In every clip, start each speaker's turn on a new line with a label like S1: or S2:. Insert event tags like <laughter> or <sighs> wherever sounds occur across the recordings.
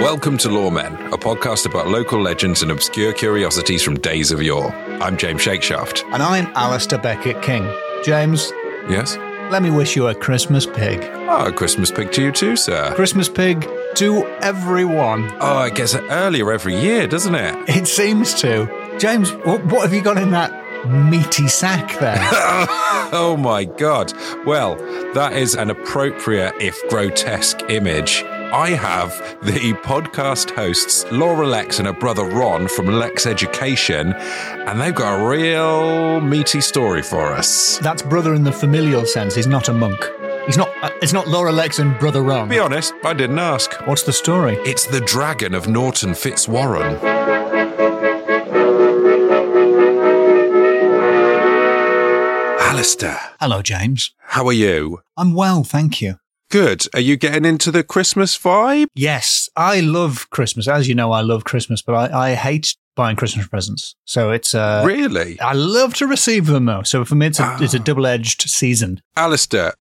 S1: Welcome to Lawmen, a podcast about local legends and obscure curiosities from days of yore. I'm James Shakeshaft.
S2: And I'm Alistair Beckett King. James,
S1: Yes?
S2: let me wish you a Christmas pig.
S1: Ah, Christmas pig to you too, sir.
S2: Christmas pig to everyone.
S1: Oh, it gets earlier every year, doesn't it?
S2: It seems to. James, what, what have you got in that meaty sack there?
S1: Oh my god. Well, that is an appropriate, if grotesque, image. I have the podcast hosts Laura Lex and her brother Ron from Lex Education, and they've got a real meaty story for us.
S2: That's brother in the familial sense. He's not a monk. He's not. Uh, it's not Laura Lex and brother Ron.
S1: Be honest, I didn't ask.
S2: What's the story?
S1: It's the dragon of Norton Fitzwarren. Alistair,
S2: Hello, James.
S1: how are you?
S2: I'm well, thank you.
S1: Good. Are you getting into the Christmas vibe?
S2: Yes, I love Christmas. As you know, I love Christmas, but I, I hate buying Christmas presents. So it's uh,
S1: really?
S2: I love to receive them though. So for me, it's a, it's a double edged season.
S1: Alistair,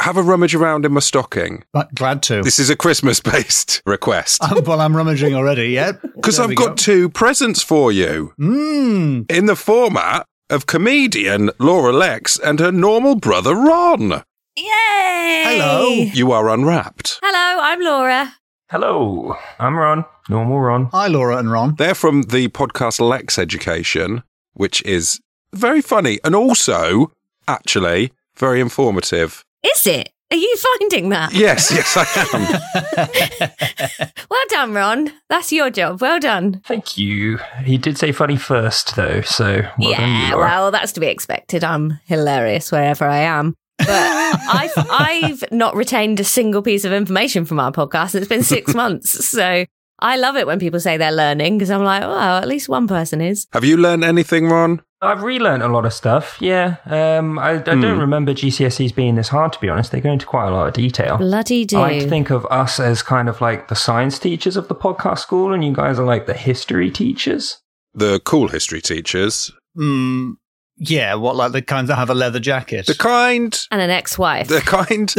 S1: have a rummage around in my stocking.
S2: But glad to.
S1: This is a Christmas based <laughs> request.
S2: <laughs> Um, well, I'm rummaging
S1: <laughs>
S2: already. Yeah,
S1: Because I've got two presents for you
S2: Mmm.
S1: in the format of comedian Laura Lex and her normal brother Ron.
S3: Yay!
S2: Hello.
S1: You are unwrapped.
S3: Hello, I'm Laura.
S4: Hello, I'm Ron. Normal Ron.
S2: Hi, Laura and Ron.
S1: They're from the podcast Lex Education, which is very funny and also, actually, very informative.
S3: Is it? Are you finding that?
S1: Yes, <laughs> yes, I am.
S3: <laughs> Well done, Ron. That's your job. Well done.
S4: Thank you. He did say funny first, though, so well done,
S3: yeah,
S4: you, Laura.
S3: well, that's to be expected. I'm hilarious wherever I am. But <laughs> I've, I've not retained a single piece of information from our podcast. It's been
S4: <laughs>
S3: six months. So I love it when people say they're learning because I'm like, oh, at least one person is.
S1: Have you learned anything, Ron?
S4: I've relearned a lot of stuff. Yeah, um, I, I don't remember GCSEs being this hard. To be honest, they go into quite a lot of detail.
S3: Bloody do.
S4: Oh, I like to think of us as kind of like the science teachers of the podcast school, and you guys are like the history teachers.
S1: The cool history teachers.
S2: Mm, yeah, what like the kinds that have a leather jacket? <laughs>
S1: The kind.
S3: and an ex wife.
S1: The kind.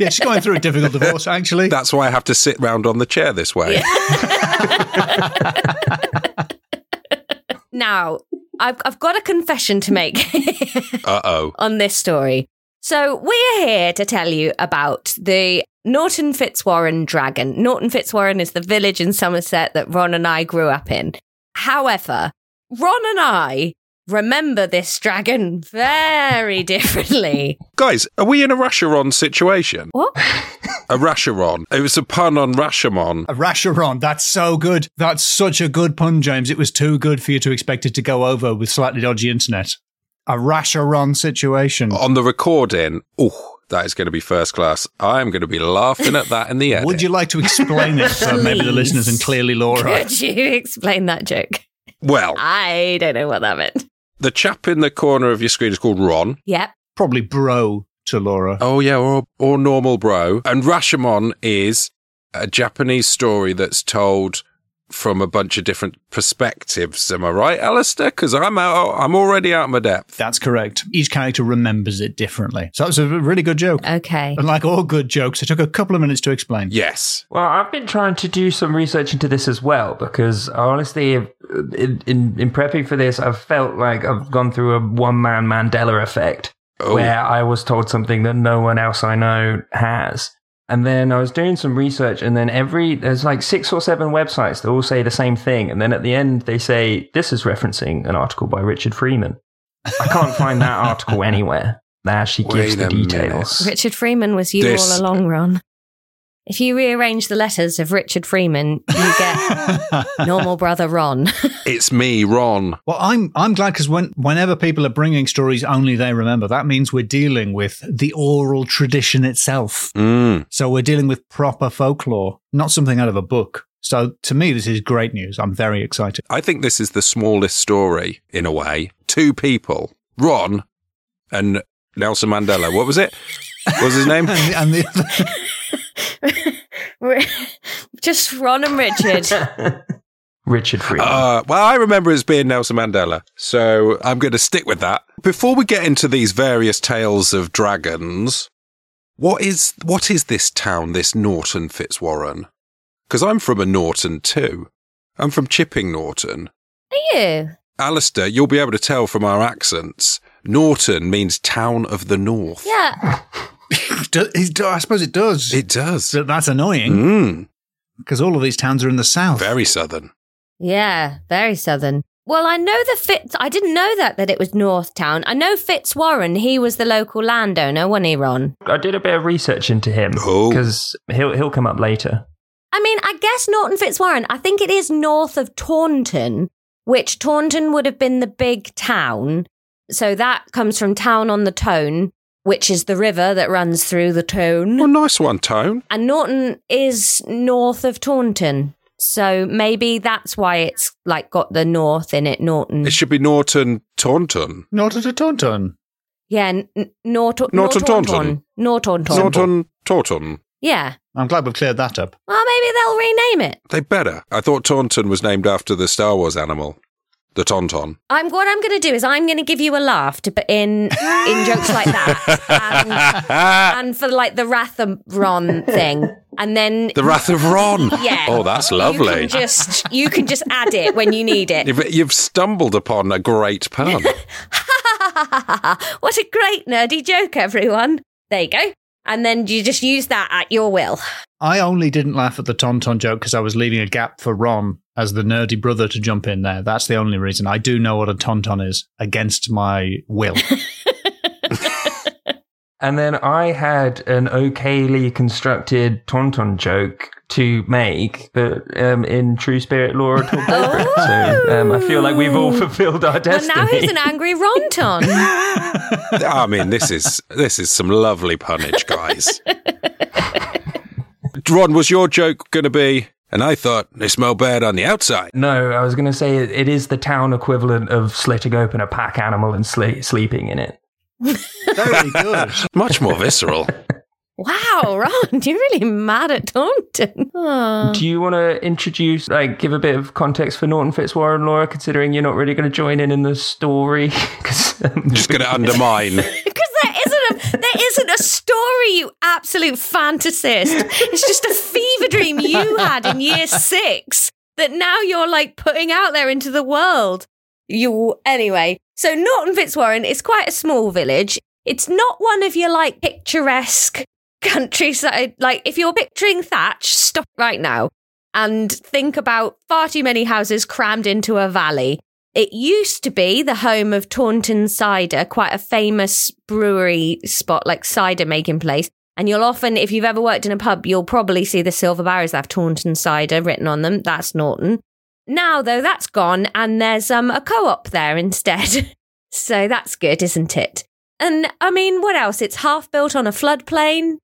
S2: yeah, she's going through a difficult
S1: <laughs>
S2: divorce actually.
S1: That's why I have to sit round on the chair this way.
S3: now, I've, I've got a confession to make. <laughs>
S1: Uh oh.
S3: on this story. So we're here to tell you about the Norton Fitzwarren Dragon. Norton Fitzwarren is the village in Somerset that Ron and I grew up in. However, Ron and I remember this dragon very <laughs> differently.
S1: Guys, are we in a Rasharon situation?
S3: what?
S1: A Rasharon. It was a pun on Rashomon.
S2: A Rasharon. That's so good. That's such a good pun, James. It was too good for you to expect it to go over with slightly dodgy internet. A Rasharon situation.
S1: On the recording, oh, that is going to be first class. I'm going to be laughing at that in the edit.
S2: Would you like to
S1: <laughs>
S2: explain it for maybe the
S3: Please.
S2: listeners and clearly Laura?
S3: Could you explain that joke?
S1: Well,
S3: I don't know what that meant.
S1: the chap in the corner of your screen is called Ron.
S3: Yep.
S2: Probably bro to Laura.
S1: Oh yeah, or or normal bro. And Rashomon is a Japanese story that's told from a bunch of different perspectives. Am I right, Alistair? Because I'm out. I'm already out of my depth.
S2: That's correct. Each character remembers it differently. So that's a really good joke.
S3: Okay.
S2: And like all good jokes, it took a couple of minutes to explain.
S1: Yes.
S4: Well, I've been trying to do some research into this as well because honestly, in, in, in prepping for this, I've felt like I've gone through a one man Mandela effect
S1: Oh.
S4: where I was told something that no one else I know has. And then I was doing some research, and then every there's like six or seven websites that all say the same thing. And then at the end, they say, This is referencing an article by Richard Freeman. I can't find that article anywhere that actually gives
S1: Wait
S4: the
S1: a minute.
S4: details.
S3: Richard Freeman was you
S1: This-
S3: all along, Ron. If you rearrange the letters of Richard Freeman, you
S2: <laughs>
S3: get normal brother Ron.
S1: It's me, Ron.
S2: Well, I'm I'm glad because when, whenever people are bringing stories only they remember, that means we're dealing with the oral tradition itself.
S1: Mm.
S2: So we're dealing with proper folklore, not something out of a book. So to me, this is great news. I'm very
S1: <laughs>
S2: excited.
S1: I think this is the smallest story in a way. Two people, Ron and Nelson Mandela. What was it? What was his <laughs> name?
S2: And, and the,
S3: Just Ron and Richard.
S4: <laughs> Richard Freeman.
S1: Uh, well, I remember as being Nelson Mandela, so I'm going to stick with that. Before we get into these various tales of dragons, what is what is this town, this Norton Fitzwarren? Because I'm from a Norton too. I'm from Chipping Norton.
S3: <laughs> Are you?
S1: Alistair, you'll be able to tell from our accents, Norton means town of the north.
S3: Yeah.
S2: <laughs> Do- it do- I suppose it does.
S1: It does.
S2: so that's annoying
S1: Mm,
S2: because all of these towns are in the south.
S1: very southern.
S3: Yeah. Very southern. Well, I know the Fitz. I didn't know that that it was North Town. I know Fitzwarren. He was the local landowner, wasn't he, Ron?
S4: I did a bit of research into him
S1: Oh.
S4: because he'll he'll come up later.
S3: I mean, I guess Norton Fitzwarren. I think it is north of Taunton, which Taunton would have been the big town. So that comes from Town on the Tone, which is the river that runs through the Tone.
S1: Well, nice one, Tone.
S3: And Norton is north of Taunton. So maybe that's why it's like got the north in it, Norton.
S1: It should be Norton Taunton.
S2: Norton to Taunton.
S3: yeah, n- n- Norton.
S1: Norton Taunton.
S3: Norton Taunton.
S1: Norton Taunton.
S3: Yeah.
S2: I'm glad we've cleared that up.
S3: Well, maybe they'll rename it.
S1: They better. I thought Taunton was named after the Star Wars animal, the
S3: <laughs>
S1: Tauntaun.
S3: I'm what I'm going to do is I'm going to give you a laugh to put in in jokes
S1: <laughs>
S3: like that and, and for like the wrath of Ron thing, and then
S1: The Wrath of Ron.
S3: yeah,
S1: Oh, that's
S3: You
S1: lovely.
S3: can just you can just add it when you need it.
S1: You've, you've stumbled upon a great
S3: <laughs>
S1: pun.
S3: what a great nerdy joke, everyone. There you go. And then you just use that at your will.
S2: I only didn't laugh at the Tauntaun joke because I was leaving a gap for Ron as the nerdy brother to jump in there. That's the only reason. I do know what a Tauntaun is against my
S1: <laughs>
S2: will.
S4: And then I had an okayly constructed Tauntaun joke to make, but um, in true spirit, Laura took over it. So um, I feel like we've all fulfilled our
S3: Oh. Well,
S4: destiny.
S3: now he's
S4: <laughs>
S3: an angry Ronton.
S1: I mean, this is this is some lovely punnage, guys.
S3: <laughs>
S1: Ron, was your joke going to be? And I thought they smell bad on the outside.
S4: no, I was going to say it, it is the town equivalent of slitting open a pack animal and sle- sleeping in it.
S2: Very good.
S1: Much more
S3: <laughs>
S1: visceral.
S3: wow, Ron, <laughs> you're really mad at Taunton. Oh.
S4: Do you want to introduce, like, give a bit of context for Norton Fitzwarren, Laura, considering you're not really going to join in in the story? <laughs> 'Cause, um,
S1: Just going to undermine.
S3: Because there isn't a there isn't a story, you absolute fantasist. It's just a fever dream you had in year six that now you're like putting out there into the world. You anyway. So Norton Fitzwarren is quite a small village. It's not one of your like picturesque countryside. Like if you're picturing thatch, stop right now and think about far too many houses crammed into a valley. It used to be the home of Taunton Cider, quite a famous brewery spot, like cider making place. And you'll often, if you've ever worked in a pub, you'll probably see the silver barrels that have Taunton Cider written on them. That's Norton. Now, though, that's gone, and there's um, a co op there instead. <laughs> so that's good, isn't it? And I mean, what else? It's half built on a floodplain.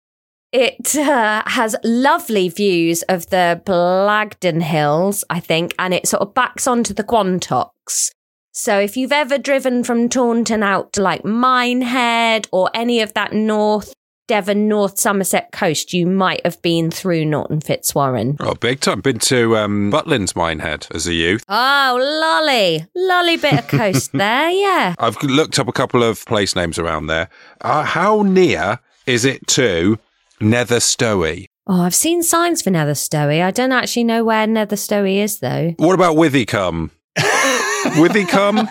S3: It uh, has lovely views of the Blagdon Hills, I think, and it sort of backs onto the Quantocks. So if you've ever driven from Taunton out to like Minehead or any of that North Devon, North Somerset coast, you might have been through Norton Fitzwarren.
S1: Oh, big time. Been to um, Butlins Minehead as a youth.
S3: Oh, lolly, lolly bit of coast there, yeah.
S1: I've looked up a couple of place names around there. Uh, how near is it to Nether Stowey?
S3: Oh, I've seen signs for Nether Stowey. I don't actually know where Nether Stowey is though.
S1: What about Withycombe? Withycombe?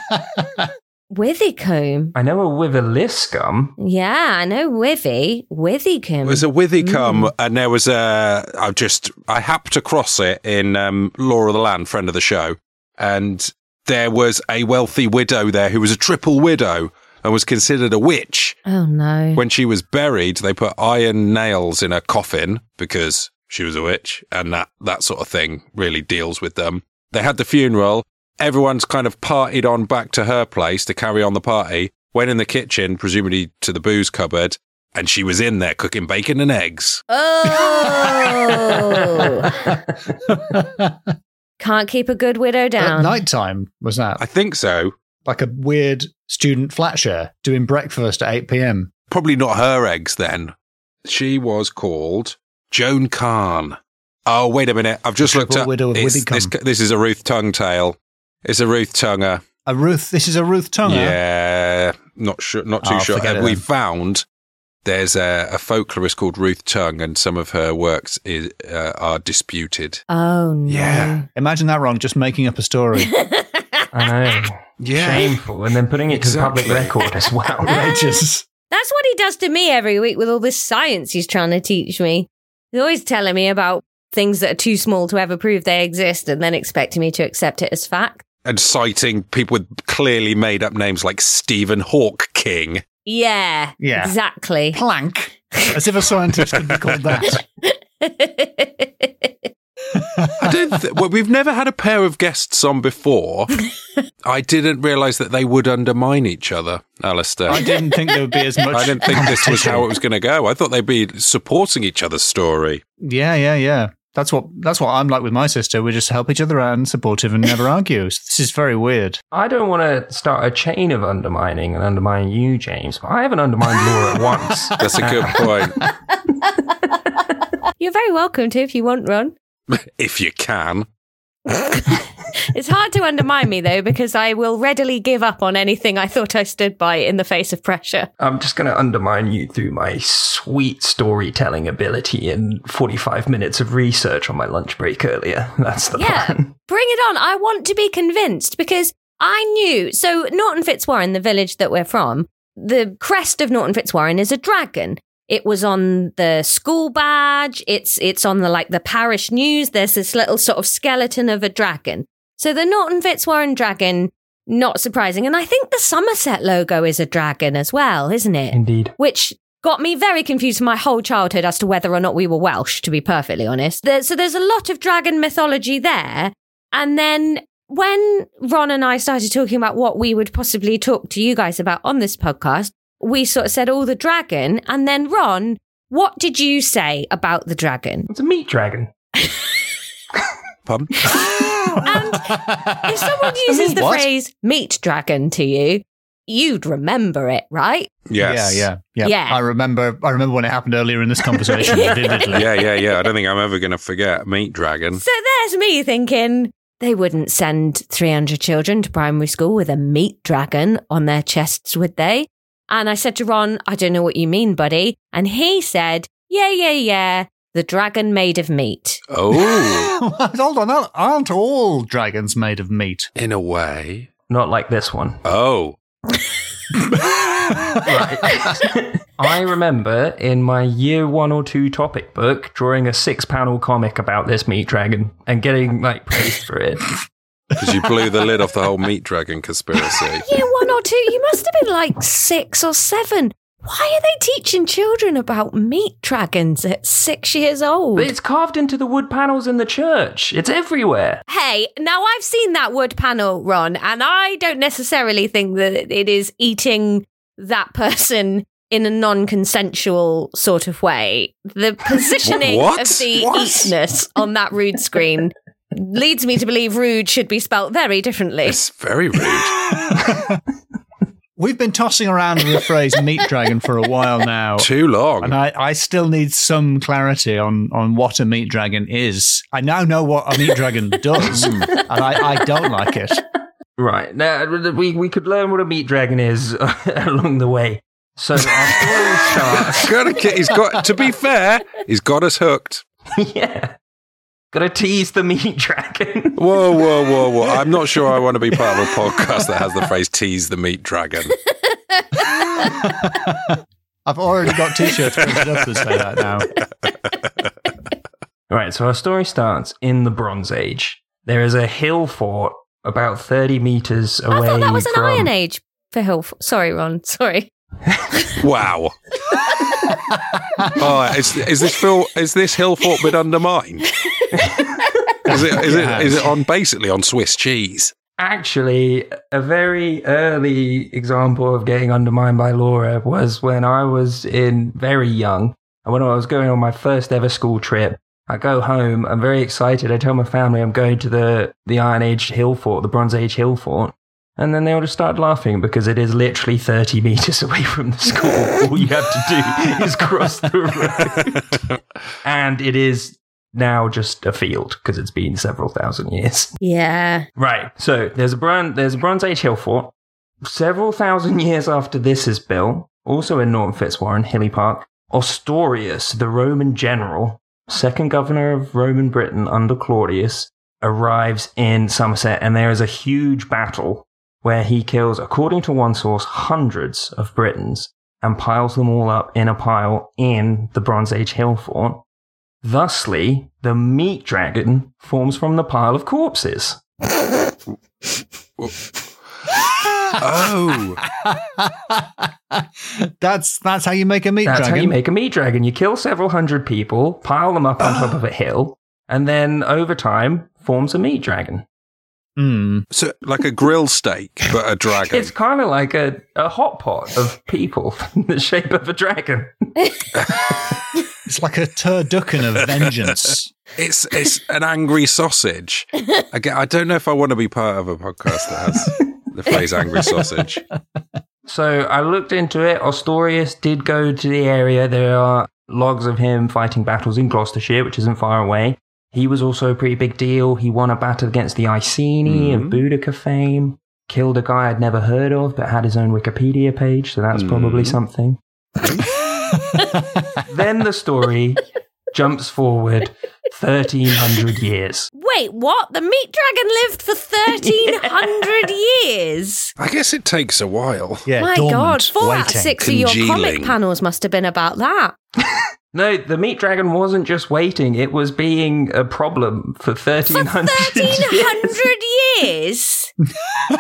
S3: Withycombe.
S4: I know a Wiveliscum.
S3: Yeah, I know Withy. Withycombe.
S1: There's a Withycombe, and there was a. I just I happened to cross it in um, Law of the Land, friend of the show, and there was a wealthy widow there who was a triple widow and was considered a witch.
S3: Oh no.
S2: Mm.
S1: When she was buried, they put iron nails in her coffin because she was a witch, and that that sort of thing really deals with them. They had the funeral. Everyone's kind of partied on back to her place to carry on the party. Went in the kitchen, presumably to the booze cupboard, and she was in there cooking bacon and eggs.
S2: <laughs>
S3: Oh. Can't keep a good widow
S2: At
S3: down.
S2: nighttime was that
S1: I think so.
S2: like a weird student flat share doing breakfast at 8 p.m.
S1: Probably not her eggs then. She was called Joan Kahn. Oh, wait a minute. I've just looked
S2: Triple
S1: up.
S2: Widow of
S1: It's- this,
S2: Widdicombe.
S1: this is a Ruth Tongue tale. It's a Ruth Tonger.
S2: A Ruth. This is a Ruth Tonga.
S1: Yeah, not sure, not too
S2: Oh,
S1: sure.
S2: forget
S1: And
S2: it
S1: we
S2: then.
S1: found there's a, a folklorist called Ruth Tongue, and some of her works is, uh, are disputed.
S3: Oh no.
S1: Yeah.
S2: Imagine that, Ron. Just making up a story.
S4: I
S3: <laughs>
S4: know. Shameful. And then putting it to the public
S1: Exactly.
S4: record as well.
S3: <laughs>
S2: Outrageous.
S3: <laughs> That's what he does to me every week with all this science he's trying to teach me. He's always telling me about things that are too small to ever prove they exist and then expecting me to accept it as fact.
S1: and citing people with clearly made up names like Stephen Hawk King.
S3: Yeah.
S2: Yeah.
S3: Exactly.
S2: Plank. As if a scientist could be called
S1: <laughs>
S2: that.
S1: I don't. Th- well, we've never had a pair of guests on
S2: <laughs>
S1: before. I didn't realise that they would undermine each other, Alistair.
S2: I didn't think there would be as much.
S1: I didn't think this was how it was going to go. I thought they'd be supporting each other's story.
S2: Yeah, yeah, yeah. That's what that's what I'm like with my sister. We just help each other out and supportive and never argue. So this is very weird.
S4: I don't want to start a chain of undermining and undermine you, James, but I haven't undermined Laura
S1: <laughs>
S4: once.
S1: That's a
S2: <laughs>
S1: good point.
S3: <laughs> You're very welcome to if you want, Ron.
S1: If you can.
S3: It's hard to undermine me though, because I will readily give up on anything I thought I stood by in the face of pressure.
S4: <laughs> I'm just going to undermine you through my sweet storytelling ability and 45 minutes of research on my lunch break earlier. <laughs> That's the
S3: Yeah.
S4: plan.
S3: Bring it on. I want to be convinced because I knew. So, Norton Fitzwarren, the village that we're from, the crest of Norton Fitzwarren is a dragon. It was on the school badge. It's, it's on the like the parish news. There's this little sort of skeleton of a dragon. So, the Norton Fitzwarren dragon, not surprising. And I think the Somerset logo is a dragon as well, isn't it?
S4: Indeed.
S3: which got me very confused my whole childhood as to whether or not we were Welsh, to be perfectly honest. There, so there's a lot of dragon mythology there. And then when Ron and I started talking about what we would possibly talk to you guys about on this podcast, we sort of said, oh, the dragon. And then, Ron, what did you say about the dragon?
S4: It's a meat dragon.
S1: Pardon?
S3: And Um,
S2: <laughs>
S3: if someone uses the
S2: What?
S3: phrase meat dragon to you, you'd remember it, right?
S1: <laughs> Yes.
S2: Yeah, yeah, yeah.
S3: Yeah.
S2: I remember. I remember when it happened earlier in this conversation vividly.
S1: Yeah, yeah, yeah. I don't think I'm ever going to forget Meat Dragon.
S3: So there's me thinking they wouldn't send 300 children to primary school with a meat dragon on their chests, would they? And I said to Ron, I don't know what you mean, buddy. And he said, Yeah, yeah, yeah, the dragon made of <laughs> meat.
S1: Oh,
S2: <laughs> Hold on, aren't- aren't all dragons made
S1: <laughs>
S2: of meat?
S1: <gasps> in a way.
S4: Not like this one.
S1: Oh,
S4: Right. I remember in my year one or two topic book drawing a six panel comic about this meat dragon and getting like praised for it.
S1: because you blew the lid off the whole Meat Dragon <laughs> conspiracy.
S3: Year one or two, you must have been like six or seven. Why are they teaching children about meat dragons at six years old?
S4: But it's carved into the wood panels in the church. It's everywhere.
S3: Hey, now I've seen that wood panel, Ron, and I don't necessarily think that it is eating that person in a non-consensual sort of way.
S1: <laughs>
S3: The positioning
S1: What?
S3: of the
S1: What?
S3: eatness on that rude screen leads me to believe rude should be spelt very differently.
S1: It's very rude.
S2: We've been tossing around the phrase meat dragon for a while now.
S1: Too long.
S2: And I, I still need some clarity on, on what a meat dragon is. I now know what a meat
S1: <laughs>
S2: dragon does, and I, I don't like it.
S4: Right. Now uh, we, we could learn what a meat dragon is <laughs> along the way.
S3: <laughs>
S4: So our story starts. <laughs>
S1: Gotta get- he's got. To be fair, he's got us hooked.
S4: yeah. Gotta tease the meat <laughs> dragon.
S1: Whoa, whoa, whoa, whoa! I'm not sure I want to be part of a podcast that has the phrase "tease the meat dragon."
S2: I've already got t shirts printed up that say that
S4: <laughs>
S2: now.
S4: Right, so our story starts in the Bronze Age. There is a hill fort about 30 meters away
S3: I thought that was an
S4: from...
S3: Iron Age for Hill. Sorry, Ron. Sorry.
S1: Wow. oh, is, is this Phil? Is this hill fort been undermined? is it? Is it? Is it on basically on Swiss cheese?
S4: Actually, a very early example of getting undermined by Laura was when I was in very young. And when I was going on my first ever school trip, I go home, I'm very excited. I tell my family I'm going to the, the Iron Age hill fort, the Bronze Age hill fort. And then they all just start laughing because it is literally 30 <laughs> meters away from the <laughs> school. All you have to do is cross the road. and it is now just a field because it's been several thousand years.
S3: Yeah.
S4: Right. So there's a bron- there's a Bronze Age hill fort. Several thousand <laughs> years after this is built, also in Norton Fitzwarren, Hilly Park, Ostorius, the Roman general, second governor of Roman Britain under Claudius, arrives in Somerset, and there is a huge battle where he kills, according to one source, hundreds of Britons and piles them all up in a pile in the Bronze Age hill fort. Thusly, the meat dragon forms from the pile of corpses.
S1: Oh,
S2: <laughs> that's that's how you make a meat
S4: That's
S2: dragon.
S4: how you make a meat dragon. You kill several hundred people, pile them up on
S2: <gasps>
S4: top of a hill, and then over time forms a meat dragon.
S2: Hmm.
S1: so like a grill steak, but a dragon.
S4: It's kind of like a, a hot pot of people <laughs> in the shape of a dragon.
S2: It's like a turducken of
S4: <laughs>
S2: vengeance.
S1: It's it's an angry sausage. Again, I don't know if I want to be part of a podcast that has the phrase "angry sausage."
S4: So I looked into it. Ostorius did go to the area. There are logs of him fighting battles in Gloucestershire, which isn't far away. He was also a pretty big deal. He won a battle against the Iceni of
S2: Mm-hmm.
S1: Mhm.
S4: Boudica fame, killed a guy I'd never heard of but had his own Wikipedia page, so that's probably
S1: Mhm.
S2: Mm-hmm.
S4: something. Then the story jumps forward 1300 years.
S3: Wait, what? The meat dragon
S1: <laughs>
S3: lived for 1300 years.
S1: I guess it takes a while.
S2: yeah,
S3: My
S2: dormant,
S3: God, four out of
S2: waiting.
S3: six of your comic
S1: Congealing.
S3: panels must have been about that.
S4: No, the meat dragon wasn't just waiting, it was being a problem for 1300
S3: <laughs>
S4: years.
S2: <laughs>
S3: 1300 years?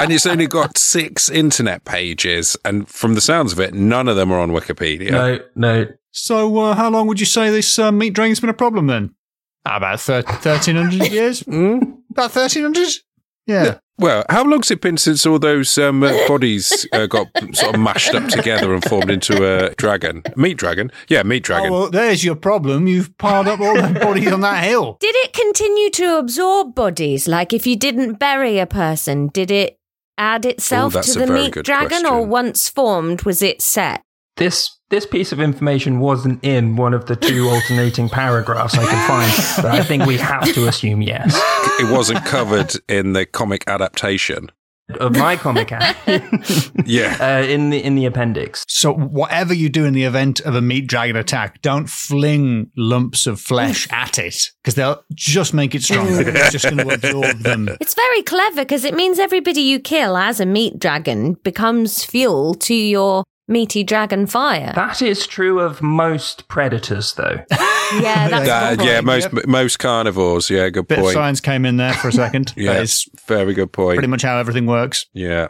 S1: And it's only got six internet pages, and from the sounds of it, none of them are on Wikipedia.
S4: No, no.
S2: So, uh, how long would you say this uh, meat dragon's been a problem then? Ah, About thir-
S4: <laughs>
S2: 1300 years?
S4: Hmm?
S1: Mm?
S2: About 1300? Yeah.
S1: Well, how long's it been since all those um, uh, bodies uh, got sort of mashed up together and formed into a dragon? Meat dragon? Yeah, meat
S2: Oh,
S1: dragon.
S2: well, there's your problem. You've piled up all the bodies on that hill.
S3: Did it continue to absorb bodies? Like if you didn't bury a person, did it add itself
S1: that's
S3: to
S1: a
S3: the
S1: very
S3: meat
S1: good
S3: dragon or
S1: question.
S3: once formed was it set?
S4: This this piece of information wasn't in one of the two alternating paragraphs I could find, but I think we have to assume yes.
S1: It wasn't covered in the comic adaptation.
S4: Of my comic app,
S2: <laughs>
S1: Yeah.
S4: uh, in the in the appendix.
S2: So, whatever you do in the event of a meat dragon attack, don't fling lumps of flesh at it because they'll just make it stronger.
S1: <laughs>
S2: it's just going to absorb them.
S3: It's very clever because it means everybody you kill as a meat dragon becomes fuel to your meaty dragon fire.
S4: That is true of most predators, though.
S2: <laughs>
S3: yeah, that's
S1: Uh,
S3: a good
S1: yeah,
S3: point.
S1: most most carnivores. Yeah, good
S2: Bit of
S1: point.
S2: science came in there for a second.
S1: <laughs> Yeah.
S2: That is
S1: Very good point.
S2: pretty much how everything works.
S1: yeah.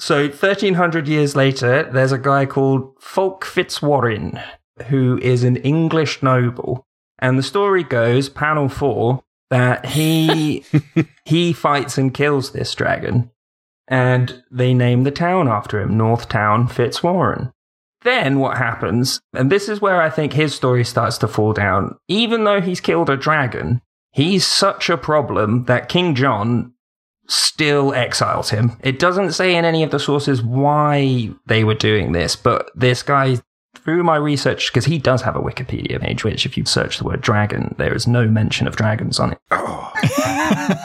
S4: So, 1300 years later, there's a guy called Fulk Fitzwarren, who is an English noble. And the story goes, panel four, that he he fights and kills this dragon. And they name the town after him, North Town Fitzwarren. Then what happens, and this is where I think his story starts to fall down. Even though he's killed a dragon, he's such a problem that King John still exiles him. It doesn't say in any of the sources why they were doing this, but this guy, through my research, because he does have a Wikipedia page, which if you search the word dragon, there is no mention of dragons on it.
S1: Oh,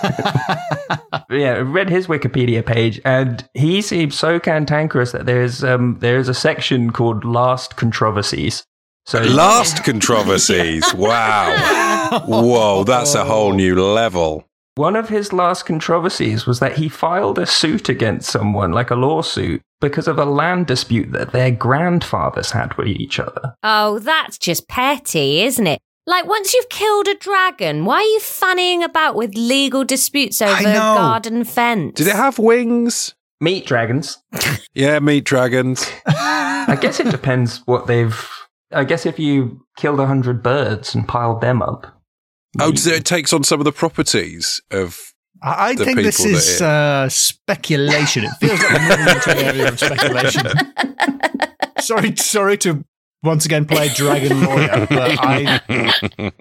S4: But yeah, I read his Wikipedia page, and he seems so cantankerous that there is um there is a section called Last Controversies. So
S1: last
S2: <laughs>
S1: controversies. Wow. Whoa, that's a whole new level.
S4: One of his last controversies was that he filed a suit against someone, like a lawsuit, because of a land dispute that their grandfathers had with each other.
S3: Oh, that's just petty, isn't it? Like, once you've killed a dragon, why are you fannying about with legal disputes over a
S2: know.
S3: garden fence?
S1: Did it have wings?
S4: Meat dragons.
S1: Yeah, meat dragons.
S4: I guess it depends what they've. I guess if you killed a hundred birds and piled them up.
S1: Oh, so it takes on some of the properties of.
S2: I I
S1: the
S2: think this
S1: people that
S2: is
S1: it-
S2: uh, speculation. It feels like we're moving into an area
S1: <laughs>
S2: of speculation. sorry, sorry to once again play dragon lawyer, but
S1: <laughs>
S2: I
S3: When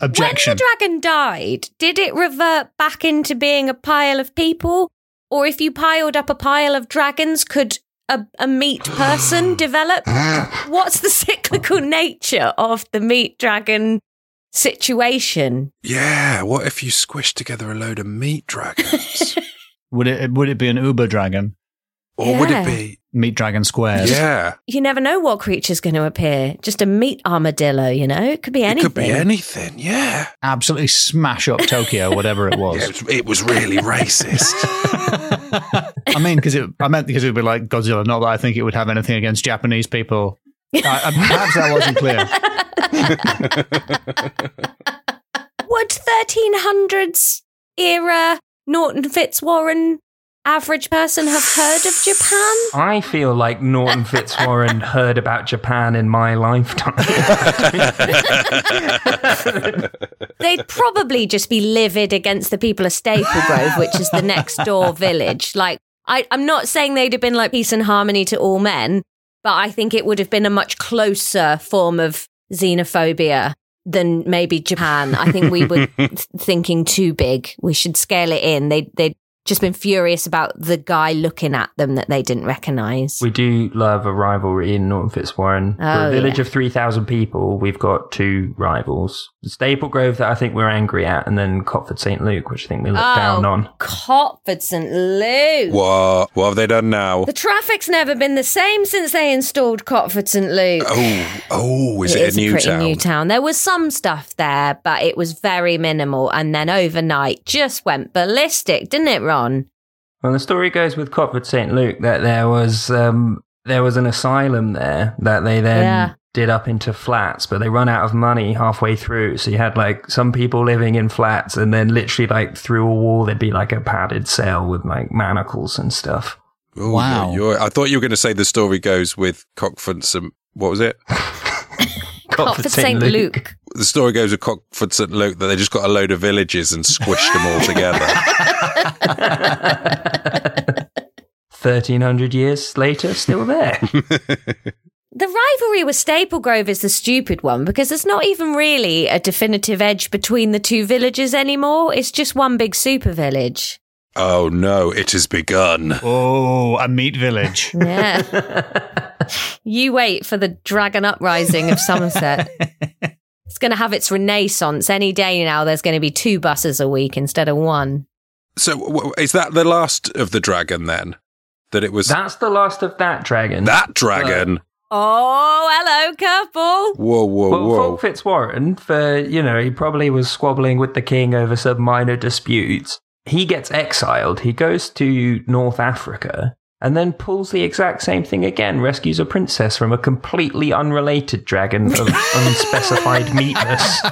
S2: objection.
S3: the dragon died, did it revert back into being a pile of people? Or if you piled up a pile of dragons, could a, a
S1: <sighs>
S3: meat person develop? What's the cyclical nature of the meat dragon situation.
S1: Yeah, what if you squish together a load of meat dragons?
S2: Would it would it be an Uber dragon?
S1: or would it
S3: Yeah.
S1: be?
S2: Meat dragon squares.
S1: Yeah,
S3: You never know what creature's going to appear. Just a meat armadillo, you know? It could be
S1: it
S3: anything.
S1: could be anything. Yeah.
S2: Absolutely smash up <laughs> Tokyo, whatever it
S1: Yeah,
S2: was.
S1: it, was, it was really racist.
S2: I mean, because it, I meant because it would be like Godzilla. Not that I think it would have anything against Japanese people. I, I- perhaps that wasn't <laughs> clear.
S3: Would 1300s era Norton Fitzwarren average person have heard of Japan?
S4: I feel like Norton Fitzwarren heard about Japan in my lifetime.
S3: They'd probably just be livid against the people of Staple Grove, which is the next door village. Like, I, I'm not saying they'd have been like peace and harmony to all men, but I think it would have been a much closer form of xenophobia than maybe Japan. I think we were th- thinking too big. We should scale it in. They, they'd just been furious about the guy looking at them that they didn't recognize.
S4: we do love a rivalry in Norton Fitzwarren. For
S3: Oh,
S4: a village of 3,000 people, we've got two rivals. Staple Grove that I think we're angry at, and then Cotford St. Luke, which I think we look
S3: Oh.
S4: down on.
S3: Cotford St. Luke.
S1: what? What have they done now?
S3: The traffic's never been the same since they installed Cotford St. Luke.
S1: Oh, oh, is it, a new
S3: pretty
S1: town?
S3: new town. There was some stuff there, but it was very minimal. And then overnight, just went ballistic, didn't it, Ron?
S4: Well, the story goes with Cotford St. Luke that there was um, there was an asylum there that they then
S3: Yeah.
S4: did up into flats, but they run out of money halfway through. So you had like some people living in flats, and then literally like through a wall, there'd be like a padded cell with like manacles and stuff.
S1: Ooh,
S2: Wow.
S1: you're- I thought you were going to say the story goes with Cockford St. What was it?
S4: Cotford St. Luke.
S1: The story goes with Cockford St. Luke that they just got a load of villages and squished them all together.
S4: <laughs> 1300 years later, still there.
S3: The rivalry with Staple Grove is the stupid one because there's not even really a definitive edge between the two villages anymore. It's just one big super village.
S1: Oh no, it has begun.
S2: Oh, a meat village.
S3: Yeah.
S1: <laughs>
S3: you wait for the dragon uprising of Somerset.
S1: <laughs>
S3: it's going to have its renaissance any day now. There's going to be two buses a week instead of one.
S1: So, w- w- is that the last of the dragon then? That it was that,
S4: That's the last of that dragon.
S1: dragon?
S3: Uh, Oh, hello, curveball.
S1: whoa, whoa,
S4: Well,
S1: whoa.
S4: Fulk Fitzwarren, for you know, he probably was squabbling with the king over some minor disputes. He gets exiled. He goes to North Africa and then pulls the exact same thing again. Rescues a princess from a completely unrelated dragon of unspecified meatness.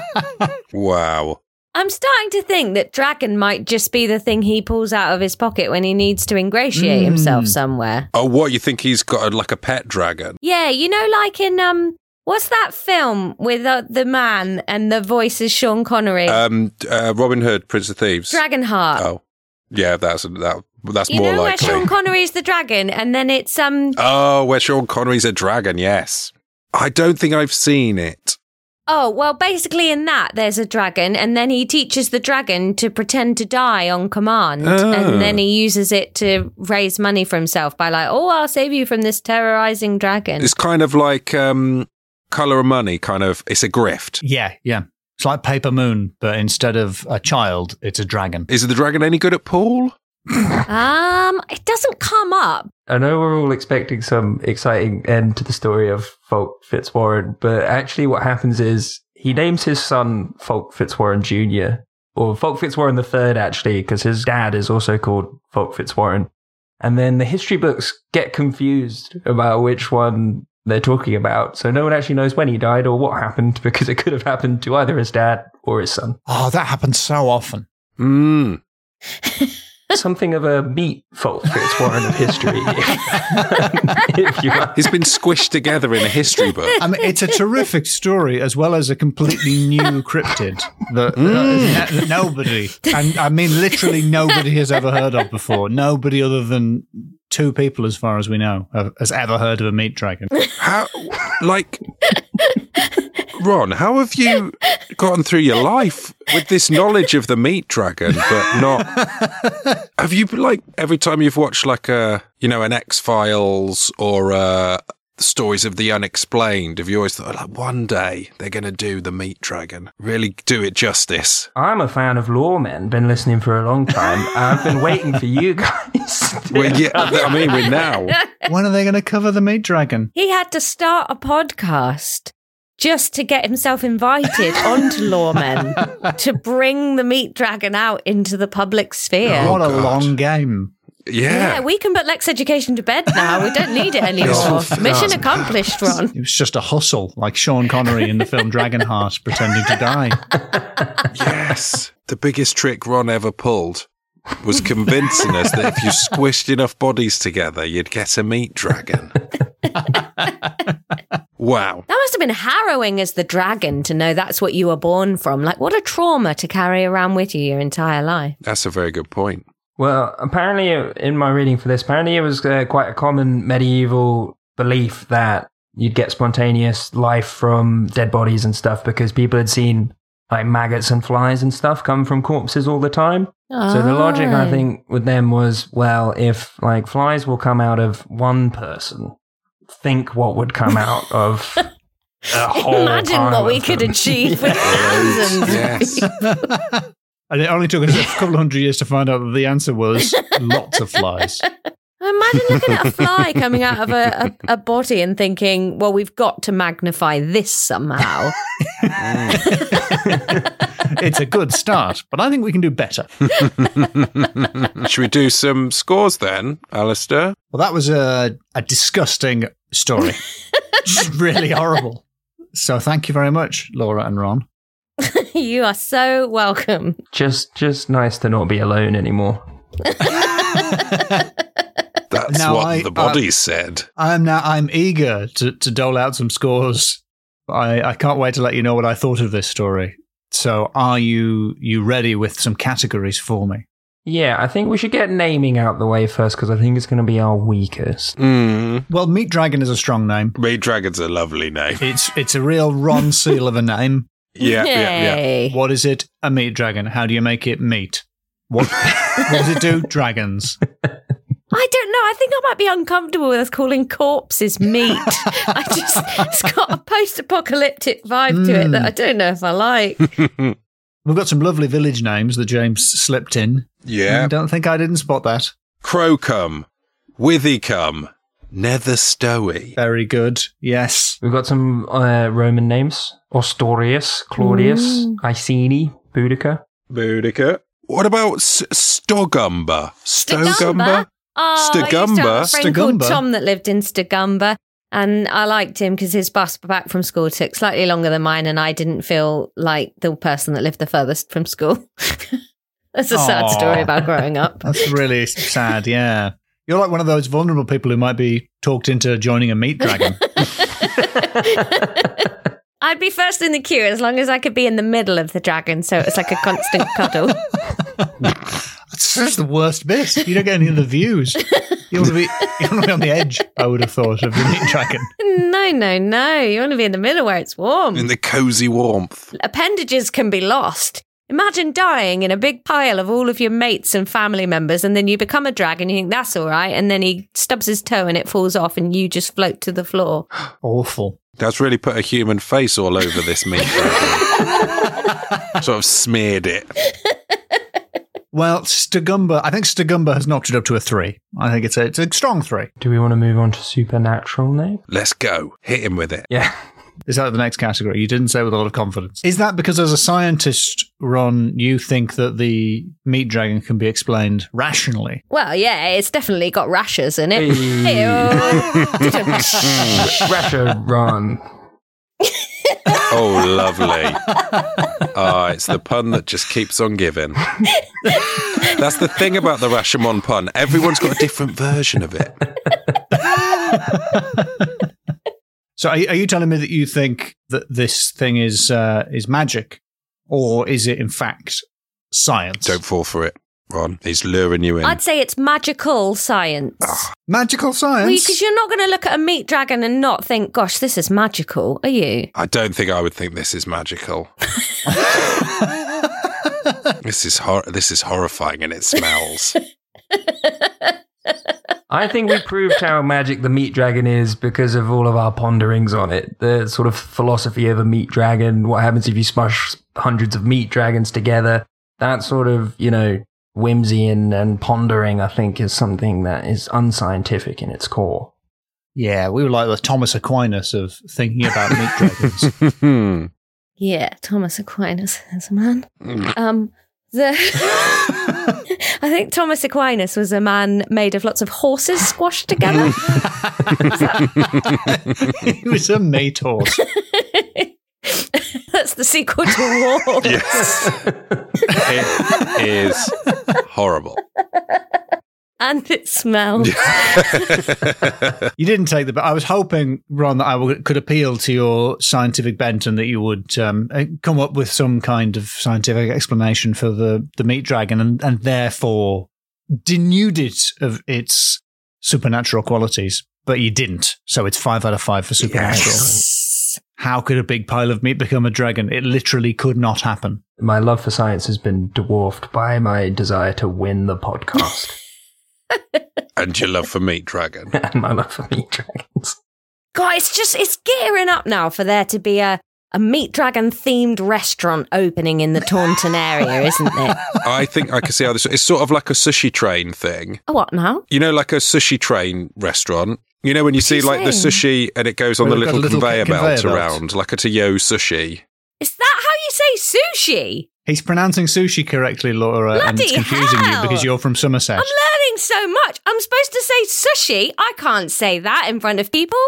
S1: wow.
S3: I'm starting to think that dragon might just be the thing he pulls out of his pocket when he needs to ingratiate
S1: Hmm.
S2: Mm.
S3: himself somewhere.
S1: Oh, what? You think he's got a, like a pet dragon?
S3: Yeah, you know, like in um, what's that film with uh, the man and the voice is Sean Connery,
S1: Um, uh, Robin Hood, Prince of Thieves.
S3: Dragonheart.
S1: Oh, yeah, that's that. That's
S3: you
S1: more
S3: know
S1: likely.
S3: where Sean Connery's the dragon, and then it's um,
S1: oh, where Sean Connery's a dragon? Yes. I don't think I've seen it.
S3: Oh, well, basically, in that, there's a dragon, and then he teaches the dragon to pretend to die on command.
S1: Oh.
S3: And then he uses it to raise money for himself by, like, oh, I'll save you from this terrorizing dragon.
S1: It's kind of like um, Color of Money. Kind of, it's a grift.
S2: yeah, yeah. It's like Paper Moon, but instead of a child, it's a dragon.
S1: Is the dragon any good at pool?
S3: um, it doesn't come up.
S4: I know we're all expecting some exciting end to the story of Fulk Fitzwarren, but actually, what happens is he names his son Fulk Fitzwarren Jr. or Fulk Fitzwarren the Third, actually, because his dad is also called Fulk Fitzwarren. And then the history books get confused about which one they're talking about, so no one actually knows when he died or what happened <laughs> because it could have happened to either his dad or his son.
S2: Oh, that happens so often.
S1: Mm.
S4: Something of a meat Fulk Fitzwarren of history, <laughs> if, if you are.
S1: He's been squished together in a history book.
S2: I mean, it's a terrific story as well as a completely
S1: <laughs>
S2: new cryptid that,
S1: Mm.
S2: that- that nobody, and I mean literally nobody has ever heard of before. Nobody other than two people, as far as we know, have, has ever heard of a
S1: <laughs>
S2: meat dragon.
S1: How, like, Ron, how have you gotten through your life with this knowledge of the meat dragon, but not? Have you like every time you've watched like a you know an X Files or a stories of the unexplained. Have you always thought, like, one day they're going to do the meat dragon? Really do it justice.
S4: I'm a fan of lawmen, been listening for a long time. I've been waiting for
S3: <laughs>
S4: you guys. to-
S1: Well, yeah, I mean, we're now.
S2: When are they going to cover the meat dragon?
S3: He had to start a podcast just to get himself invited onto Lawmen to bring the meat dragon out into the public sphere.
S1: Oh,
S2: what a
S1: God.
S2: long game.
S3: Yeah,
S1: Yeah.
S3: we can put Lex Education to bed now. We don't need it anymore.
S1: God.
S3: Mission accomplished, Ron.
S2: It was just a hustle, like Sean Connery in the
S1: <laughs>
S2: film Dragonheart pretending to die. <laughs>
S1: yes. The biggest trick Ron ever pulled was convincing us that if you squished enough bodies together, you'd get a meat dragon. wow.
S3: That must have been harrowing as the dragon to know that's what you were born from. Like, what a trauma to carry around with you your entire life.
S1: That's a very good point.
S4: Well, apparently, uh, in my reading for this, apparently it was uh, quite a common medieval belief that you'd get spontaneous life from dead bodies and stuff because people had seen like maggots and flies and stuff come from corpses all the time. So the logic I
S3: Oh.
S4: think with them was, well, if like flies will come out of one person, think what would come out
S3: <laughs>
S4: of a whole
S3: <laughs> Imagine
S4: pile
S3: what we
S4: of
S3: could
S4: them.
S3: achieve
S4: <laughs>
S3: with thousands.
S1: yes.
S2: And it only took us a couple of hundred years to find out that the answer was lots of flies.
S3: Imagine looking at a fly coming out of a, a, a body and thinking, well, we've got to magnify this somehow. <laughs>
S1: Mm.
S2: <laughs> It's a good start, but I think we can do better.
S1: Should we do some scores then, Alistair?
S2: Well, that was a, a disgusting <laughs> story. Just really horrible. So thank you very much, Laura and <laughs> Ron.
S3: you are so welcome.
S4: Just, just nice to not be alone anymore.
S1: That's
S2: No,
S1: what
S2: I-
S1: the body said.
S2: I'm now I'm eager to, to dole out some scores. I, I can't wait to let you know what I thought of this story. So are you you ready with some categories for me?
S4: Yeah, I think we should get naming out the way first because I think it's going to be our weakest.
S1: Mm.
S2: Well, Meat Dragon is a strong name.
S1: Meat Dragon's a lovely name.
S2: It's it's a real Ron seal of a name.
S1: Yeah, yeah, yeah.
S3: Yay.
S2: What is it? A meat dragon. How do you make it meat? What, what does it do? Dragons.
S3: I don't know. I think I might be uncomfortable with us calling corpses meat. <laughs> I just, it's got a post apocalyptic vibe to it that
S4: Hmm.
S3: I don't know if I like.
S2: We've got some lovely village names that James slipped in.
S1: <laughs> Yeah.
S2: I don't think I didn't spot that.
S1: Crowcombe, Withycombe, Netherstowy.
S2: Very good. Yes.
S4: We've got some uh, Roman names Ostorius, Claudius, Iceni, Boudica.
S1: Boudica. What about S- Stogumba? Stogumba?
S3: Oh, I used to have a friend called
S2: Stagumba?
S3: Tom that lived in Stagumba, and I liked him because his bus back from school took slightly longer than mine, and I didn't feel like the person that lived the furthest from school. <laughs> That's a sad
S2: Aw.
S3: story about
S2: <laughs>
S3: growing up.
S2: That's really sad. Yeah. You're like one of those vulnerable people who might be talked into joining a meat dragon.
S3: I'd be first in the queue as long as I could be in the middle of the dragon, so it's like a constant cuddle. <laughs>
S2: That's just the worst bit. You don't get any of the views. You want to be, you want to be on the edge, I would have thought, of the meat dragon.
S3: No, no, no. You want to be in the middle where it's warm.
S1: In the cozy warmth.
S3: appendages can be lost. Imagine dying in a big pile of all of your mates and family members, and then you become a dragon. You think that's all right, and then he stubs his toe and it falls off, and you just float to the floor.
S2: Awful.
S1: That's really put a human face all over this meat dragon. sort of smeared it.
S2: Well, Stagumba, I think Stagumba has knocked it up to a three. I think it's a, it's a strong three.
S4: Do we want to move on to supernatural name?
S1: Let's go. Hit him with it.
S4: Yeah.
S2: Is that the next category? You didn't say with a lot of confidence. Is that because, as a scientist, Ron, you think that the meat dragon can be explained rationally?
S3: Well, yeah, it's definitely got rashes in
S4: <laughs>
S3: it. oh,
S4: Hey.
S3: Hey-oh.
S4: Russia Ron.
S1: Oh, lovely. Ah, it's the pun that just keeps on giving. That's the thing about the Rashomon pun. Everyone's got a different version of it.
S2: So, are, are you telling me that you think that this thing is uh, is magic, or is it in fact science?
S1: Don't fall for it, Ron. He's luring you in.
S3: I'd say it's magical science.
S2: Ah. Magical
S3: Because
S2: science.
S3: you're not going to look at a meat dragon and not think, "Gosh, this is magical," are you?
S1: I don't think I would think this is magical. this is hor- this is horrifying and it smells.
S4: I think we proved how magic the meat dragon is because of all of our ponderings on it. The sort of philosophy of a meat dragon, what happens if you smush hundreds of meat dragons together? That sort of, you know, whimsy and, and pondering, I think, is something that is unscientific in its core.
S2: <laughs> Yeah, we were like the Thomas Aquinas of thinking about meat dragons. <laughs>
S3: Yeah, Thomas Aquinas is a man. Um, the I think Thomas Aquinas was a man made of lots of horses squashed together. <laughs>
S2: it was a mate horse.
S3: That's the sequel to War.
S1: yes. it is
S2: <laughs>
S1: horrible.
S3: And it smells.
S2: You didn't take the. But I was hoping, Ron, that I would, could appeal to your scientific bent and that you would um, eh, come up with some kind of scientific explanation for the the meat dragon, and, and therefore denude it of its supernatural qualities. But you didn't, so it's five out of five for supernatural. How could a big pile of meat become a dragon? It literally could not happen.
S4: My love for science has been dwarfed by my desire to win the podcast <laughs>
S1: And your love for meat dragon.
S4: and my love for meat dragons.
S3: God, it's just it's gearing up now for there to be a a meat dragon themed restaurant opening in the Taunton area, isn't it?
S1: I think I can see how this. It's sort of like a sushi train thing.
S3: Oh, what now?
S1: You know, like a sushi train restaurant. You know when you see
S3: you
S1: like the
S3: saying?
S1: sushi and it goes on
S2: Where
S1: the
S2: they've got
S1: little,
S2: a
S1: conveyor,
S2: little conveyor
S1: belt,
S2: belt.
S1: around, like a Toyo sushi.
S3: Is that how you say sushi?
S2: He's pronouncing sushi correctly, Laura, and it's
S3: Bloody
S2: confusing
S3: hell.
S2: you because you're from Somerset.
S3: I'm learning so much. I'm supposed to say sushi. I can't say that in front of people.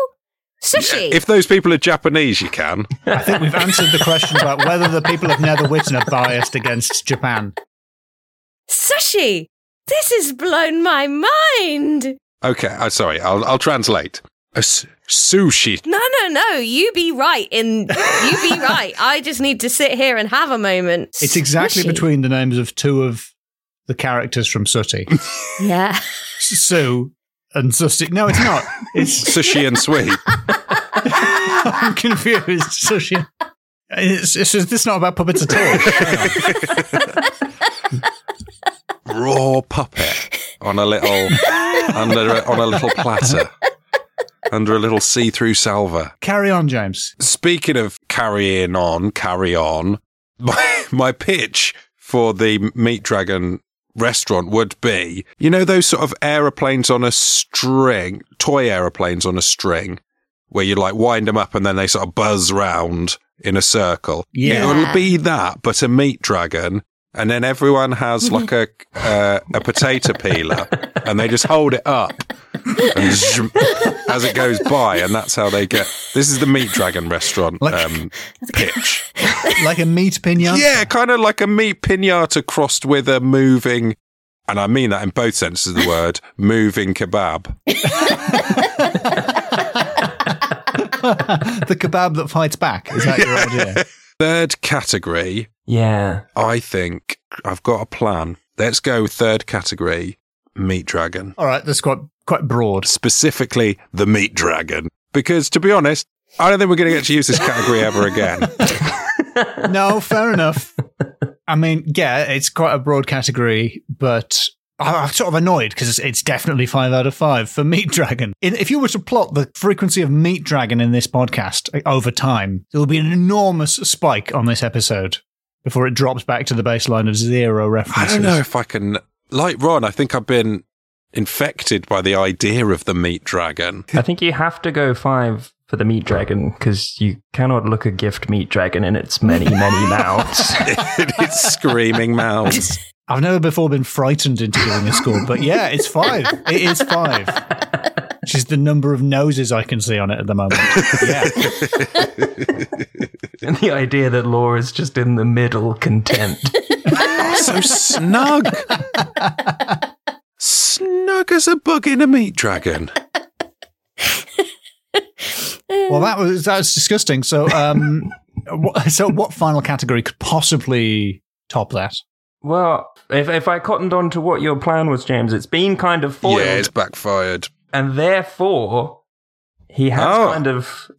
S3: Sushi.
S1: If those people are Japanese, you can.
S2: I think we've answered the question about whether the people of Netherwitten are biased against Japan.
S3: sushi. This has blown my mind.
S1: Okay, I'm sorry. I'll, I'll translate. A s- sushi.
S3: No, no, no. You be right in.
S2: <laughs>
S3: You be right. I just need to sit here and have a moment.
S2: It's exactly
S3: Sushi.
S2: between the names of two of the characters from Sooty,
S3: Yeah.
S2: Sue and Susti. No, it's not. It's <laughs>
S1: Sushi and sweet.
S2: I'm confused. Sushi. It's, it's, it's this not about puppets at all.
S1: Raw puppet on a little under a- on a little platter. Under a little see-through salver.
S2: Carry on, James.
S1: Speaking of carrying on, carry on. <laughs> My, my pitch for the Meat Dragon restaurant would be, you know, those sort of aeroplanes on a string, toy aeroplanes on a string, where you like wind them up and then they sort of buzz round in a circle.
S2: Yeah.
S1: it would be that, but a meat dragon. And then everyone has like a uh, a potato peeler, and they just hold it up and zoom as it goes by, and that's how they get. This is the meat dragon restaurant
S2: Like-
S1: um, pitch.
S2: Like a meat pinion.
S1: Yeah, kind of like a meat pinata crossed with a moving, and I mean that in both senses of the word, moving kebab.
S2: <laughs> the kebab that fights back. Is that your idea?
S1: Third category,
S4: Yeah.
S1: I think I've got a plan. Let's go with third category, meat dragon.
S2: All right, that's quite quite broad.
S1: specifically the meat dragon. Because to be honest, I don't think we're going to get to use this category ever again.
S2: no, fair enough. I mean, yeah, it's quite a broad category, but I- I'm sort of annoyed because it's, it's definitely five out of five for Meat Dragon. In, if you were to plot the frequency of Meat Dragon in this podcast uh, over time, there will be an enormous spike on this episode before it drops back to the baseline of
S1: <laughs>
S2: zero
S1: I
S2: references.
S1: don't know if I can, like Ron, I think I've been infected by the idea of the meat dragon. <laughs>
S4: I think you have to go five for the meat dragon because you cannot look a gift meat dragon in its many,
S1: <laughs>
S4: many mouths.
S1: it's screaming mouths.
S2: I've never before been frightened into giving a score, but yeah, it's five. It is
S1: <laughs>
S2: five. Which is the number of noses I can see on it at the moment. Yeah.
S4: and the idea that Laura's just in the
S1: <laughs>
S4: middle, content.
S1: So snug. snug as a bug in a meat dragon.
S2: Well, that was that was disgusting. So, um, <laughs> wha- so what final category could possibly top that?
S4: well, if, if I cottoned on to what your plan was, James, it's been kind of foiled.
S1: Yeah, it's backfired.
S4: And therefore, he has
S1: Oh.
S4: kind of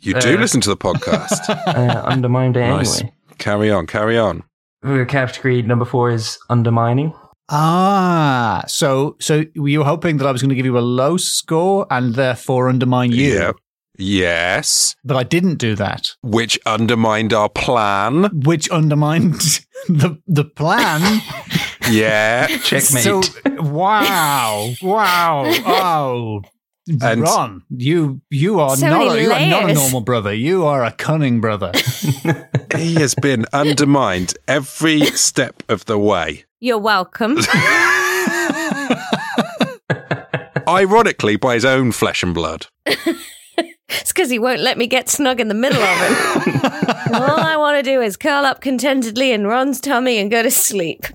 S1: You do
S4: Uh.
S1: listen to the podcast.
S4: uh,
S1: <laughs>
S4: undermined it
S1: Nice.
S4: anyway.
S1: carry on, carry on.
S4: Uh, Category number four is undermining.
S2: Ah, so so you were hoping that I was going to give you a low score and therefore undermine you,
S1: Yeah. Yes.
S2: but I didn't do that,
S1: Which undermined our plan.
S2: which undermined <laughs> the
S1: <laughs>
S2: the plan.
S1: Yeah.
S4: Checkmate.
S2: So wow,
S1: <laughs>
S2: wow, oh.
S1: And-
S2: Ron, you you are
S3: So
S2: not
S3: many
S2: a, you are not a
S3: layers.
S2: normal brother. You are a cunning brother.
S1: he has been undermined every step of the way.
S2: <laughs>
S3: You're welcome.
S1: Ironically, by his own flesh and blood.
S3: It's because he won't let me get snug in the middle of
S2: <laughs>
S3: it. All I want to do is curl up contentedly in Ron's tummy and go to sleep.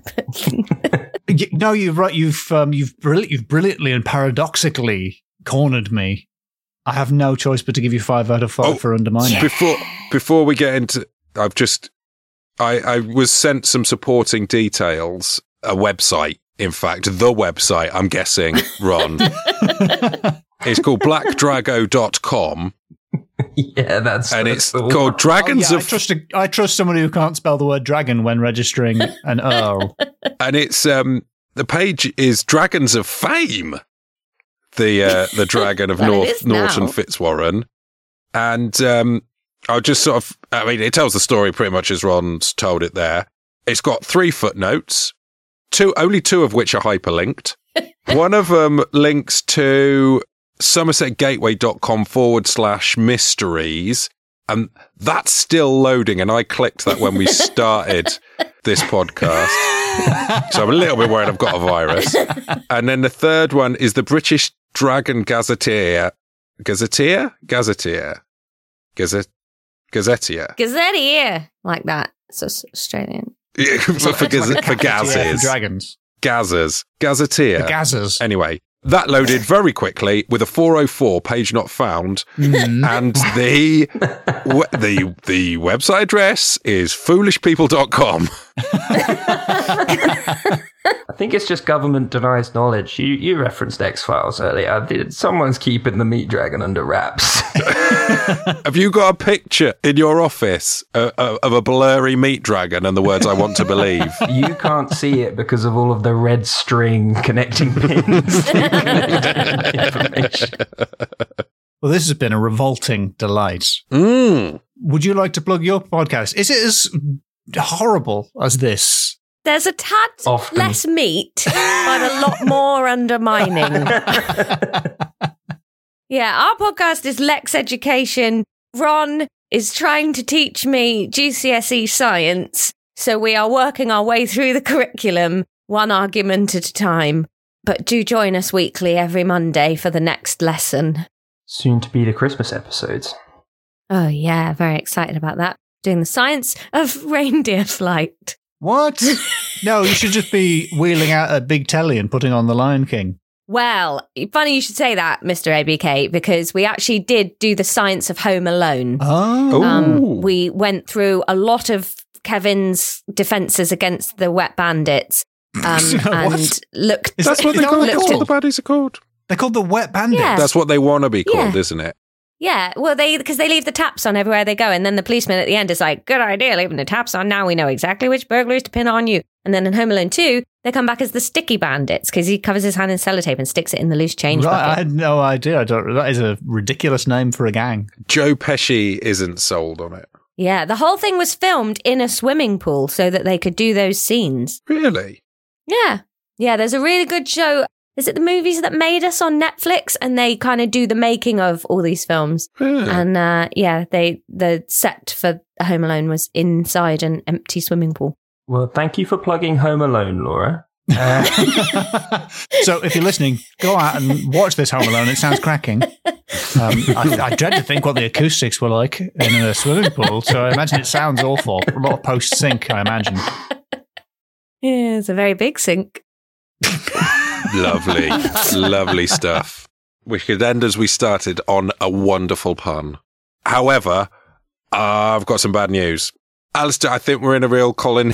S2: Y- no, you've right. You've um, you've brilli- you've brilliantly and paradoxically cornered me. I have no choice but to give you five out of five
S1: Oh,
S2: for
S1: <laughs>
S2: undermining.
S1: Before before we get into, I've just I I was sent some supporting details. A website, in fact, the website. I'm guessing,
S2: <laughs>
S1: Ron. it's called blackdrago.com
S4: <laughs> yeah, that's
S1: and
S4: that's
S1: it's
S4: the one.
S1: called Dragons
S2: Oh, yeah, I
S1: of
S2: trust a, I trust somebody who can't spell the word dragon when registering
S1: <laughs>
S2: an O.
S1: and it's um the page is Dragons of Fame, the uh,
S3: <laughs>
S1: the dragon of
S3: Well, it
S1: North
S3: is now.
S1: Norton Fitzwarren, and um, I'll just sort of I mean it tells the story pretty much as Ron's told it there. It's got three footnotes, two only two of which are
S3: <laughs>
S1: hyperlinked. One of them links to somersetgateway.com forward slash mysteries and that's still loading and i clicked that when we started
S3: <laughs>
S1: this podcast so I'm a little bit worried I've got a virus. And then the third one is the British Dragon Gazetteer. Gazetteer? Gazetteer. Gazette. Gazetteer. <laughs>
S3: Gazette here. Like that. It's Aus- Australian.
S1: for, for, gaz- for
S2: Yeah,
S1: gazzes.
S2: dragons,
S1: Gazzers.
S2: The
S1: Gazetteer.
S2: gazzers.
S1: Anyway, that loaded very quickly with a 404 page not found.
S2: Mm.
S1: And the, w- the, the website address is foolishpeople.com.
S4: I think it's just government denies knowledge. You you referenced X Files earlier. I did- Someone's keeping the meat dragon under wraps. <laughs>
S1: Have you got a picture in your office uh, uh, of a blurry meat dragon and the words I want to
S3: <laughs>
S1: believe?
S4: you can't see it because of all of the red string connecting pins. <laughs> connecting information.
S2: Well, this has been a revolting delight.
S3: Hmm.
S1: Mm.
S2: Would you like to plug your podcast? Is it as horrible as this?
S3: There's a tad
S4: Often.
S3: less meat, but a lot more undermining. yeah, our podcast is Lex Education. Ron is trying to teach me GCSE E science. So we are working our way through the curriculum, one argument at a time. But do join us weekly every Monday for the next lesson.
S4: Soon to be the Christmas episodes.
S3: Oh, yeah, very excited about that. Doing the science of <laughs> reindeer flight.
S1: <laughs>
S2: What? no, you should just be wheeling out a big telly and putting on the Lion King.
S3: Well, funny you should say that, Mr. ABK, because we actually did do the science of Home Alone.
S2: Oh,
S1: Ooh.
S3: Um, we went through a lot of Kevin's defenses against the wet bandits um,
S2: <laughs>
S3: and
S2: What?
S3: looked.
S2: Is
S1: That's
S2: that-
S1: what
S2: is
S1: they
S2: that
S1: call
S2: what
S1: it.
S2: they're
S1: That's what the
S2: called?
S1: baddies are called.
S2: they're called the Wet Bandits.
S3: Yeah.
S1: That's what they want to be called,
S3: Yeah.
S1: isn't it?
S3: Yeah, well, they because they leave the taps on everywhere they go, and then the policeman at the end is like, "Good idea, leaving the taps on. Now we know exactly which burglars to pin on you." And then in Home Alone Two, they come back as the sticky bandits because he covers his hand in sellotape and sticks it in the loose change
S2: Right, I
S3: bucket.
S2: had no idea. I don't, that is a ridiculous name for a
S3: <laughs>
S2: gang.
S1: Joe Pesci isn't sold on it.
S3: Yeah, the whole thing was filmed in a swimming pool so that they could do those scenes.
S1: Really?
S3: Yeah. Yeah, there's a really good show. Is it the movies that made us on Netflix? And they kind of do the making of all these films.
S1: Yeah.
S3: And uh, yeah, they the set for Home Alone was inside an empty swimming pool.
S4: Well, thank you for plugging Home Alone, Laura. Uh,
S2: so if you're listening, go out and watch this Home Alone. It sounds cracking. Um, I, I dread to think what the acoustics were like in a swimming pool. So I imagine it sounds awful. A lot of post sync, I imagine.
S3: Yeah, it's a very big sink. <laughs>
S1: lovely, lovely stuff. We could end as we started on a wonderful pun. However, I've got some bad news. Alistair, I think we're in a real Colin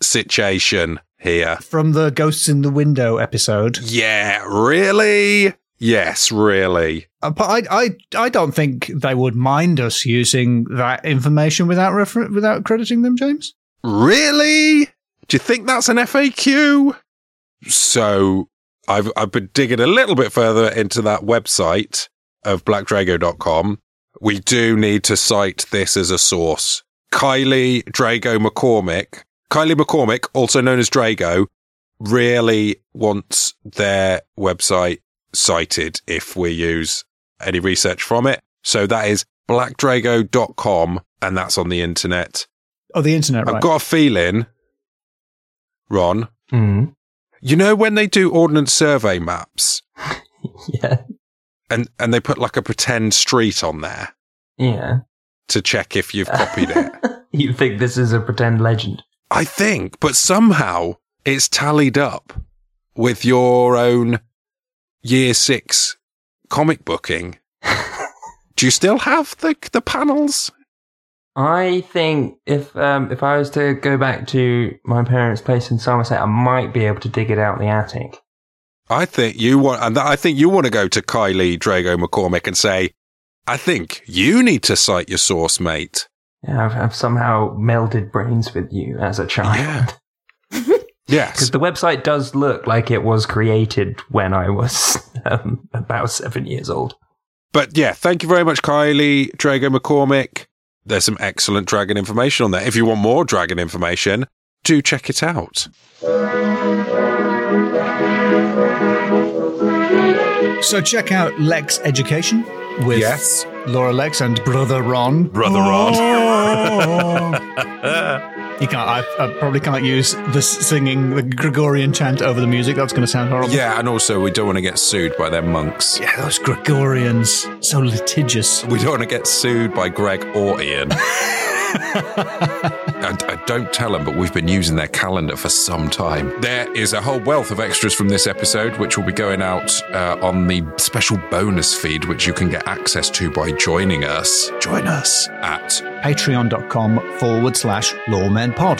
S1: situation here.
S2: From the Ghosts in the Window episode,
S1: Yeah, really? Yes, really.
S2: Uh, but I, I, I don't think they would mind us using that information without refer- without crediting them, James.
S1: Really? Do you think that's an FAQ? So I've, I've been digging a little bit further into that website of blackdrago.com. We do need to cite this as a source. Kylie Drago McCormick, Kylie McCormick, also known as Drago, really wants their website cited if we use any research from it. So that is blackdrago.com and that's on the internet.
S2: Oh, the internet, right?
S1: I've got a feeling, Ron,
S4: Hmm.
S1: you know when they do ordnance survey maps
S4: <laughs> Yeah.
S1: and, and they put like a pretend street on there
S4: Yeah.
S1: to check if
S4: <laughs>
S1: you've copied it?
S4: you think this is a pretend legend?
S1: I think, but somehow it's tallied up with your own year six comic booking. Do you still have the the panels?
S4: I think if um, if I was to go back to my parents' place in Somerset, I might be able to dig it out the attic.
S1: I think you want, and I think you want to go to Kylie Drago McCormick and say, "I think you need to cite your source, mate."
S4: Yeah, I've, I've somehow melded brains with you as a <laughs> child. Because
S1: Yes,
S4: the website does look like it was created when I was <laughs> um, about seven years old.
S1: but yeah, thank you very much, Kylie Drago McCormick. There's some excellent dragon information on there. If you want more dragon information, do check it out.
S2: So check out Lex Education with
S1: Yes.
S2: Laura Lex and Brother Ron.
S1: Brother Ron.
S2: Ron. <laughs> you can't. I, I probably can't use the singing the Gregorian chant over the music. That's going to sound horrible.
S1: Yeah, and also we don't want to get sued by their monks.
S2: Yeah, those Gregorians so litigious.
S1: We don't want to get sued by Greg or <laughs> Ian. and I don't tell them, but we've been using their calendar for some time. There is a whole wealth of extras from this episode, which will be going out uh, on the special bonus feed, which you can get access to by joining us. Join us at
S2: Patreon.com forward slash Lawmen Pod.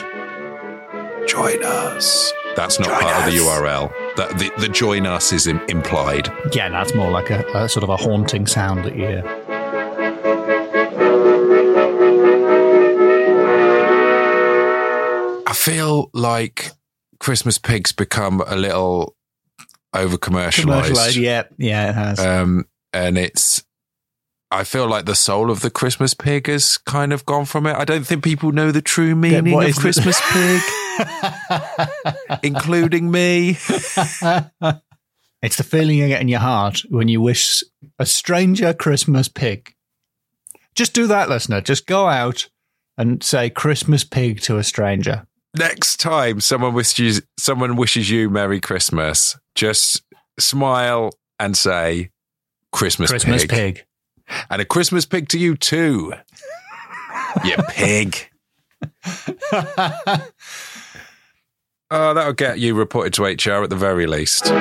S1: Join Us. That's not part of the URL. That the, the join us is im- implied.
S2: Yeah, that's more like a, a sort of a haunting sound that you hear.
S1: I feel like Christmas pigs become a little over commercialized.
S2: Yeah, yeah, it has.
S1: Um, and it's, I feel like the soul of the Christmas pig has kind of gone from it. I don't think people know the true meaning
S2: what
S1: of
S2: is the- <laughs>
S1: Christmas pig, including me.
S2: it's the feeling you get in your heart when you wish a stranger Christmas pig. Just do that, listener. Just go out and say Christmas pig to a stranger.
S1: Next time someone wishes someone wishes you Merry Christmas, just smile and say Christmas,
S2: Christmas
S1: pig.
S2: pig.
S1: and a Christmas pig to you too. you pig. Oh, that'll get you reported to HR at the very least.